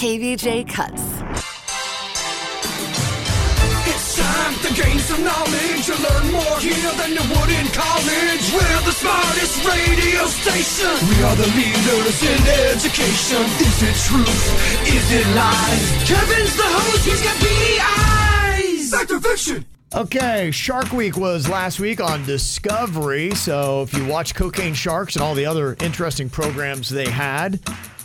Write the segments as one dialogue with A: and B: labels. A: KVJ Cuts.
B: It's time to gain some knowledge. You learn more here than you would in college. We're the smartest radio station. We are the leaders in education. Is it truth? Is it lies? Kevin's the host. He's got beady eyes. Fact or fiction?
C: Okay, Shark Week was last week on Discovery. So if you watch Cocaine Sharks and all the other interesting programs they had,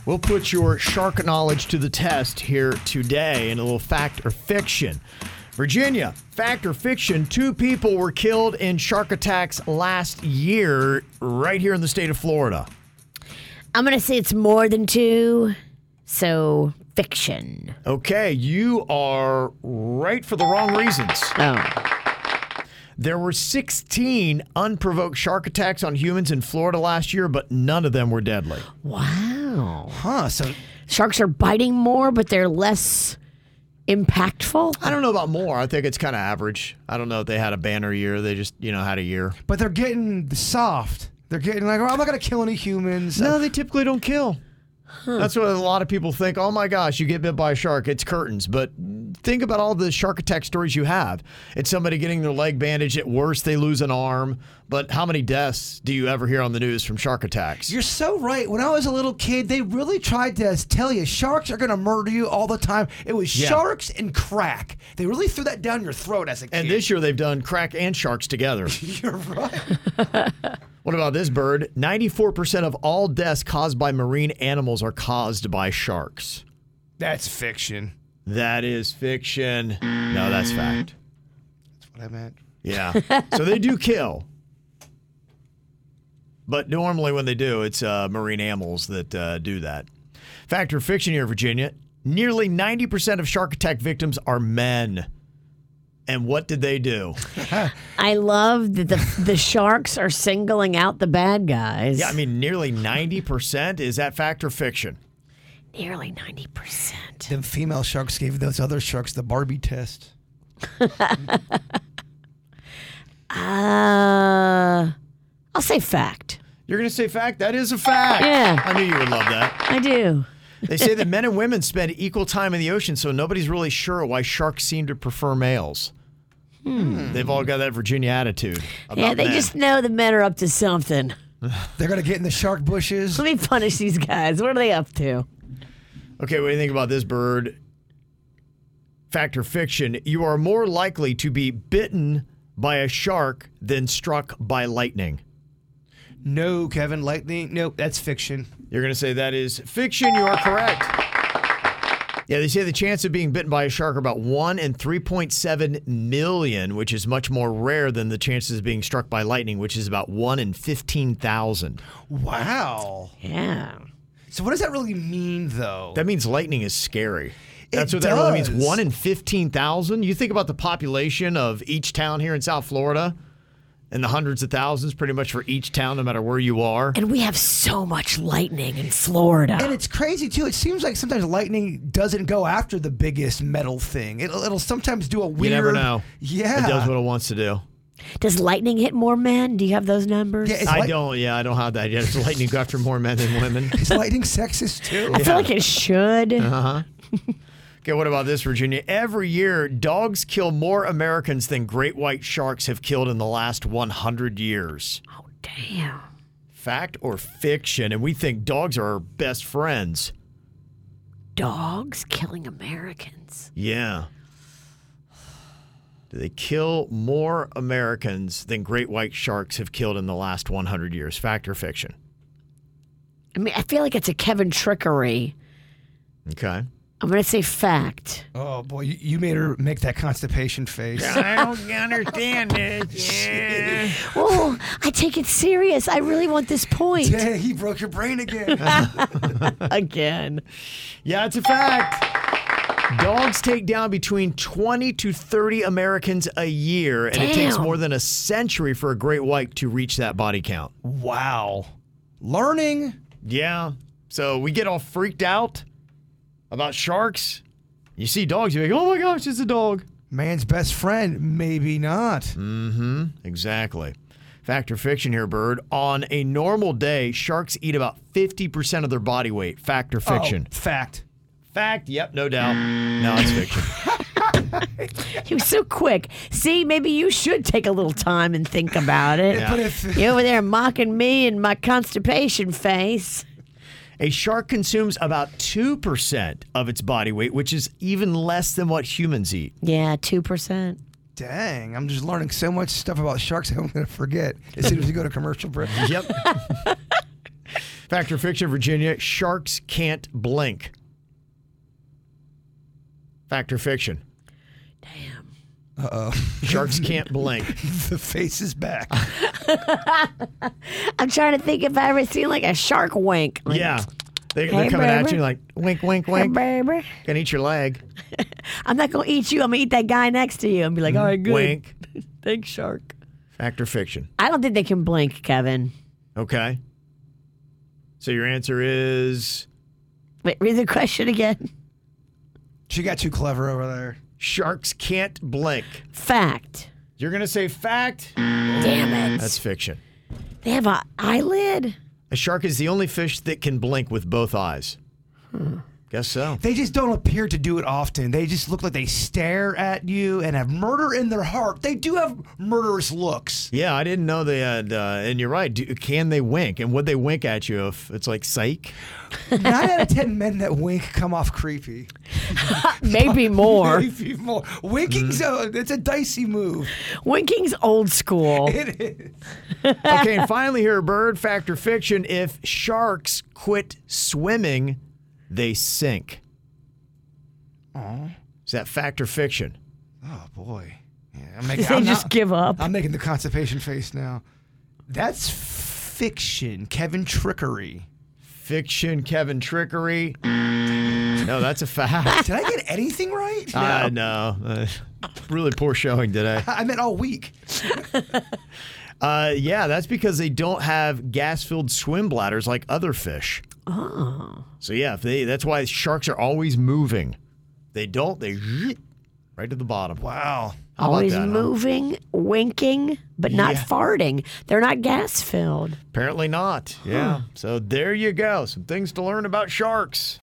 C: we'll put your shark knowledge to the test here today in a little fact or fiction. Virginia, fact or fiction, two people were killed in shark attacks last year right here in the state of Florida.
A: I'm going to say it's more than two, so fiction.
C: Okay, you are right for the wrong reasons.
A: Oh.
C: There were 16 unprovoked shark attacks on humans in Florida last year, but none of them were deadly.
A: Wow.
C: Huh, so
A: Sharks are biting more, but they're less impactful.
C: I don't know about more. I think it's kind of average. I don't know if they had a banner year. They just, you know, had a year.
D: But they're getting soft. They're getting like, oh, I'm not gonna kill any humans.
C: No, they typically don't kill. That's what a lot of people think. Oh my gosh, you get bit by a shark, it's curtains. But think about all the shark attack stories you have. It's somebody getting their leg bandaged. At worst, they lose an arm. But how many deaths do you ever hear on the news from shark attacks?
D: You're so right. When I was a little kid, they really tried to tell you sharks are gonna murder you all the time. It was
C: Yeah.
D: sharks and crack. They really threw that down your throat as a kid.
C: and this year they've done crack and sharks together.
D: you're right.
C: What about this bird? 94% of all deaths caused by marine animals are caused by sharks.
D: That's fiction.
C: That is fiction. No, that's fact.
D: That's what I meant.
C: Yeah. so they do kill. But normally when they do, it's uh, marine animals that uh, do that. Fact or fiction here, Virginia. Nearly 90% of shark attack victims are men. And what did they do?
A: I love that the, the sharks are singling out the bad guys.
C: Yeah, I mean, nearly 90%. Is that fact or fiction?
A: Nearly 90%.
D: Them female sharks gave those other sharks the Barbie test.
A: Uh, I'll say fact.
C: You're going to say fact? That is a fact.
A: Yeah.
C: I knew you would love that.
A: I do.
C: They say that men and women spend equal time in the ocean, so nobody's really sure why sharks seem to prefer males. They've all got that Virginia attitude. About
A: Hmm. yeah, they
C: men.
A: just know the men are up to something.
D: They're gonna get in the shark bushes.
A: Let me punish these guys. What are they up to?
C: Okay, what do you think about this bird? Fact or fiction? You are more likely to be bitten by a shark than struck by lightning.
D: No, Kevin, lightning. Nope, that's fiction.
C: You're going to say that is fiction. You are correct. Yeah, they say the chance of being bitten by a shark are about 1 in 3.7 million, which is much more rare than the chances of being struck by lightning, which is about 1 in 15,000.
D: Wow.
A: Yeah.
D: So what does that really mean, though?
C: That means lightning is scary. That's
D: It
C: what that really means.
D: does.
C: 1 in 15,000. You think about the population of each town here in South Florida and the hundreds of thousands pretty much for each town, no matter where you are.
A: And we have so much lightning in Florida.
D: And it's crazy too. It seems like sometimes lightning doesn't go after the biggest metal thing. It'll, it'll sometimes do a
C: You
D: weird.
C: never know.
D: Yeah.
C: It does what it wants to do.
A: Does lightning hit more men? Do you have those numbers?
D: Yeah, it's-
C: I
D: like-
C: don't. Yeah, I don't have that yet. It's lightning go after more men than women.
D: Is lightning sexist too?
A: I feel like it should.
D: Uh-huh.
C: Okay, what about this, Virginia? Every year, dogs kill more Americans than great white sharks have killed in the last 100 years.
A: Oh, damn.
C: Fact or fiction? And we think dogs are our best friends.
A: dogs killing Americans.
C: Yeah. Do they kill more Americans than great white sharks have killed in the last 100 years? Fact or fiction?
A: I mean, I feel like it's a Kevin trickery.
C: Okay.
A: I'm going to say fact.
D: Oh boy, you, you made her make that constipation face.
C: I don't understand this. Yeah.
A: Oh, I take it serious. I really want this point
D: Dang, he broke your brain again.
A: again.
C: yeah, it's a fact. Dogs take down between 20 to 30 Americans a year, and it takes
A: Damn.
C: more than a century for a great white to reach that body count.
D: wow. Learning.
C: Yeah. So we get all freaked out about sharks. You see dogs, you're like, oh my gosh, it's a dog.
D: Man's best friend, maybe not.
C: Mm. Exactly. Fact or fiction here, Bird. On a normal day, sharks eat about 50% of their body weight. Fact or fiction?
D: Oh, fact.
C: Fact. Yep, no doubt. No, it's fiction.
A: He was so quick. See, maybe you should take a little time and think about it.
C: Yeah. But
D: if-
A: You're over there mocking me and my constipation face.
C: a shark consumes about 2% of its body weight, which is even less than what humans eat.
A: Yeah, 2%.
D: Dang, I'm just learning so much stuff about sharks I'm going to forget as soon as we go to commercial break.
C: Yep. Fact or fiction, Virginia? Sharks can't blink. Fact or fiction?
A: Damn.
C: Sharks can't blink.
D: the face is back.
A: I'm trying to think if I ever seen like a shark wink. Like,
C: Yeah. They,
A: Hey,
C: they're coming at
A: baby.
C: you like, wink, wink,
A: "Hey,
C: wink.
A: baby,
C: Can eat your leg.
A: I'm not gonna eat you. I'm gonna eat that guy next to you and be like, all right, good.
C: Wink.
A: Thanks, shark.
C: Fact or fiction?
A: I don't think they can blink, Kevin.
C: Okay. So your answer is
A: Wait, read the question again.
D: She got too clever over there.
C: sharks can't blink.
A: Fact.
C: You're going to say fact?
A: Damn it.
C: That's fiction.
A: They have an eyelid.
C: A shark is the only fish that can blink with both eyes. Guess so.
D: They just don't appear to do it often. They just look like they stare at you and have murder in their heart. They do have murderous looks.
C: Yeah, I didn't know they had, uh, and you're right. Do, can they wink? And would they wink at you if it's like psych?
D: Nine out of ten men that wink come off creepy.
A: Maybe more.
D: Maybe more.
A: Mm.
D: Winking's a, it's a dicey move.
A: Winking's old school.
D: It is.
C: okay, and finally here, bird fact or fiction. If sharks quit swimming, they sink. Is that fact or fiction?
D: Oh boy. Yeah, I'm making,
A: Did they
D: I'm
A: just
D: not-
A: give up?
D: I'm making the constipation face now. That's fiction, Kevin Trickery.
C: Fiction, Kevin Trickery. No, that's a fact.
D: Did I get anything right?
C: I know. Uh, really poor showing today.
D: I meant all week.
C: Uh, yeah, that's because they don't have gas-filled swim bladders like other fish.
A: oh.
C: So yeah, if they, that's why sharks are always moving. They don't. They right to the bottom.
D: Wow.
C: How about
A: Always
C: that, huh?
A: moving, winking, but not
C: Yeah.
A: farting. They're not gas filled.
C: Apparently not. Yeah. So there you go. Some things to learn about sharks.